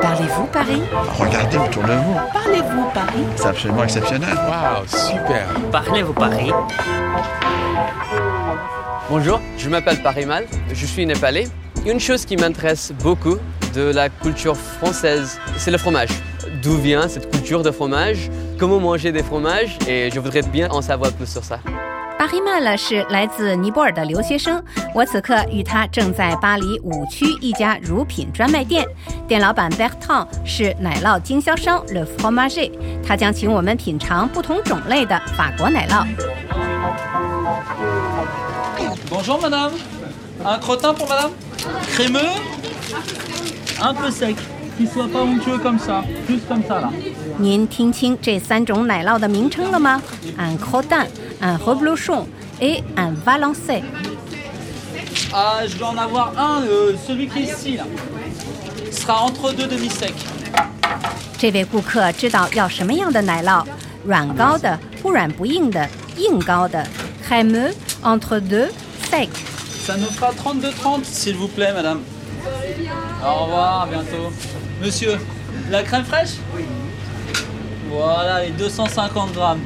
Parlez-vous Paris Regardez autour de vous, Parlez-vous Paris c'est absolument exceptionnel. Wow, super. Parlez-vous Paris Bonjour, je m'appelle Parimal, je suis népalais. Une chose qui m'intéresse beaucoup de la culture française, c'est le fromage. D'où vient cette culture de fromage Comment manger des fromages Et je voudrais bien en savoir plus sur ça. 阿黑曼勒是来自尼泊尔的留学生，我此刻与他正在巴黎五区一家乳品专卖店，店老板 Bertrand 是奶酪经销商 Le Fromager，他将请我们品尝不同种类的法国奶酪。 Bonjour madame. Un crottin pour madame Crémeux Un peu sec. Qu'il soit pas onctueux comme ça. Juste comme ça là. 您听清这三种奶酪的名称了吗？Un c r o t a n un reblochon et un valencé。 Ah, je dois en avoir un, euh, celui qui est ici là. Ce sera entre deux demi-secs. 这位顾客知道要什么样的奶酪，软膏的、不软不硬的、硬膏的。c r é m e entre deux sec。 Ça nous fera 32,30 s'il vous plaît madame. Au revoir, à bientôt. Monsieur, la crème fraîche Oui. Voilà les 250 grammes.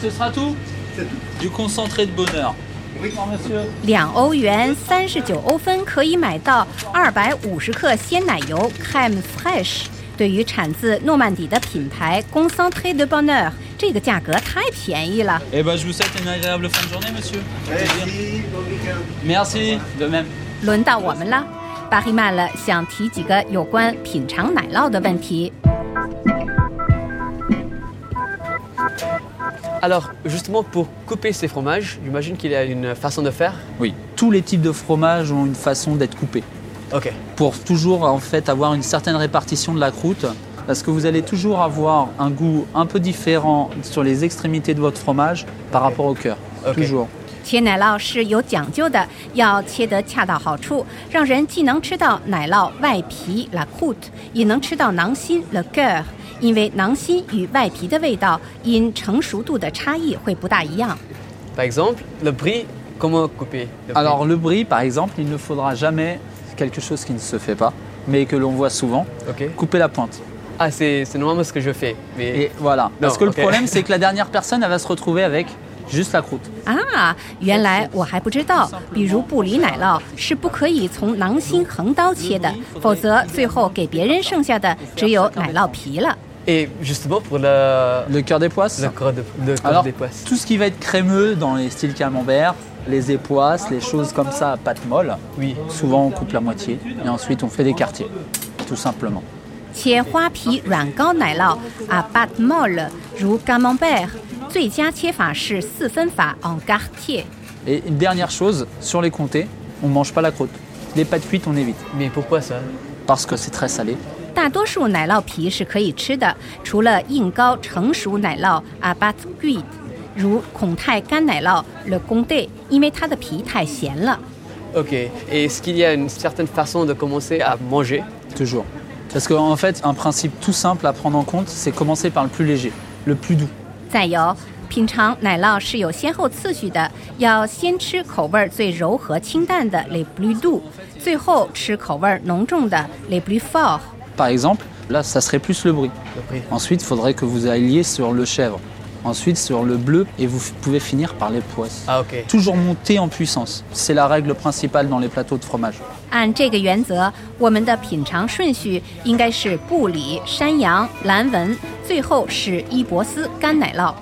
Ce sera tout Du concentré de bonheur. Oui, monsieur. 两欧元三十九欧分可以买到二百五十克鲜奶油 Crème Fresh。对于产自诺曼底的品牌 Concentré de Bonheur，这个价格太便宜了。 Eh ben, je vous souhaite une agréable fin de journée, monsieur. Merci, Merci, de même. 轮到我们了，巴黑曼勒想提几个有关品尝奶酪的问题。 Alors, justement, pour couper ces fromages, j'imagine qu'il y a une façon de faire. Oui, tous les types de fromages ont une façon d'être coupés. Ok. pour toujours en fait avoir une certaine répartition de la croûte parce que vous allez toujours avoir un goût un peu différent sur les extrémités de votre fromage par rapport au cœur. Ok. Toujours. 切奶酪是有讲究的，要切得恰到好处，让人既能吃到奶酪外皮 la croûte，也能吃到囊心 le cœur，因为囊心与外皮的味道因成熟度的差异会不大一样。 Par exemple, le brie, comment couper le brie Alors le brie par exemple, il ne faudra jamais quelque chose qui ne se fait pas mais que l'on voit souvent, Ok. couper la pointe. Ah, c'est c'est normalement ce que je fais. Mais... Et voilà. Parce que ok. le problème c'est que la dernière personne elle va se retrouver avec juste la croûte. 啊，原来我还不知道，比如布里奶酪是不可以从囊心横刀切的，否则最后给别人剩下的只有奶酪皮了。 Et justement, pour le, Le cœur des poisses. le corps de, le corps Alors, des poisses. tout ce qui va être crémeux dans les styles camembert, les époisses, les choses comme ça à pâte molle, Oui. souvent on coupe la moitié et ensuite on fait des quartiers, tout simplement. 切花皮软膏奶酪 à b a t m o l 如 camembert，最佳切法是四分法 en quartier。 Et une dernière chose, sur les comtés, on mange pas la croûte. Les pâtes cuites, on évite Mais pourquoi ça parce que c'est très salé. 大多数奶酪皮是可以吃的，除了硬膏成熟奶酪 à b a t g u i d 如孔泰干奶酪 le Condé，因为它的皮太咸了。 Ok. Et est-ce qu'il y a une certaine façon de commencer à manger Toujours. Parce qu'en fait, un principe tout simple à prendre en compte, c'est commencer par le plus léger, le plus doux. 再有，品尝奶酪是有先后次序的，要先吃口味儿最柔和清淡的 les plus doux，最后吃口味儿浓重的 les plus forts。 Par exemple, là, ça serait plus le bruit. Le brie. Ensuite, il faudrait que vous alliez sur le chèvre. Ensuite, sur le bleu, et vous f- pouvez finir par les poisses. Ah, ok. Toujours monter en puissance. C'est la règle principale dans les plateaux de fromage. 按这个原则，我们的品尝顺序应该是布里、山羊、蓝纹，最后是伊博斯干奶酪。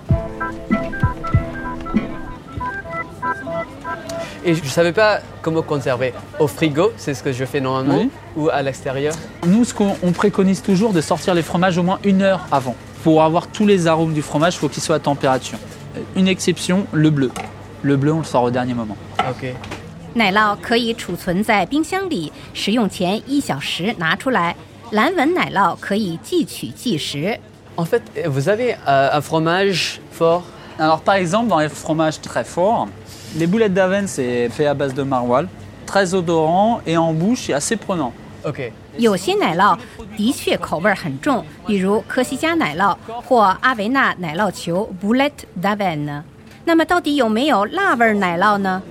Et je ne savais pas comment conserver. Au frigo, c'est ce que je fais normalement, Oui. ou à l'extérieur. Nous, ce qu'on on préconise toujours, de sortir les fromages au moins une heure avant. Pour avoir tous les arômes du fromage, il faut qu'il soit à température. Euh, Une exception, le bleu. Le bleu, on le sort au dernier moment. Ok. 奶酪可以储存在冰箱里，食用前一小时拿出来。蓝纹奶酪可以即取即食。 En fait, vous avez euh, un fromage fort. Alors, par exemple, dans les fromages très forts, les boulettes d'avenne, c'est fait à base de maroilles. Très odorant et en bouche, et assez prenant. Ok. 有些奶酪的确口味儿很重，比如科西嘉奶酪或阿维纳奶酪球 （Boulet d'Avenne）。那么，到底有没有辣味儿奶酪呢？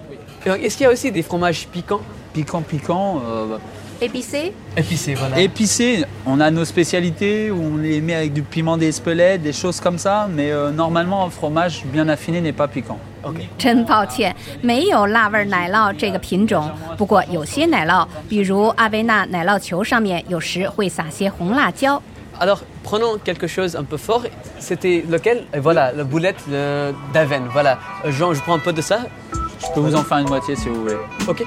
Et donc, Est-ce qu'il y a aussi des fromages piquants piquant piquant, euh, épicé Épicé, voilà. Épicé, on a nos spécialités, où on les met avec du piment d'Espelette, des choses comme ça, mais euh, normalement un fromage bien affiné n'est pas piquant. 真抱歉，没有辣味奶酪这个品种。不过有些奶酪，比如阿维纳奶酪球上面有时会撒些红辣椒。 Alors, prenons quelque chose un peu fort. C'était lequel Et Voilà, la boulette euh, d'avenne. Voilà. Euh, Jean, je prends un peu de ça. Je peux vous en faire une moitié si vous voulez. Ok.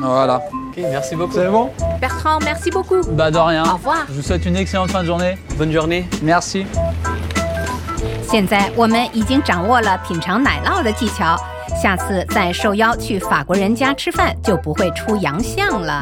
Voilà. Ok, merci beaucoup. bon Bertrand, merci beaucoup。 Bah de rien. Au revoir. Je vous souhaite une excellente fin de journée. Bonne journée. Merci. 现在我们已经掌握了品尝奶酪的技巧，下次再受邀去法国人家吃饭就不会出洋相了。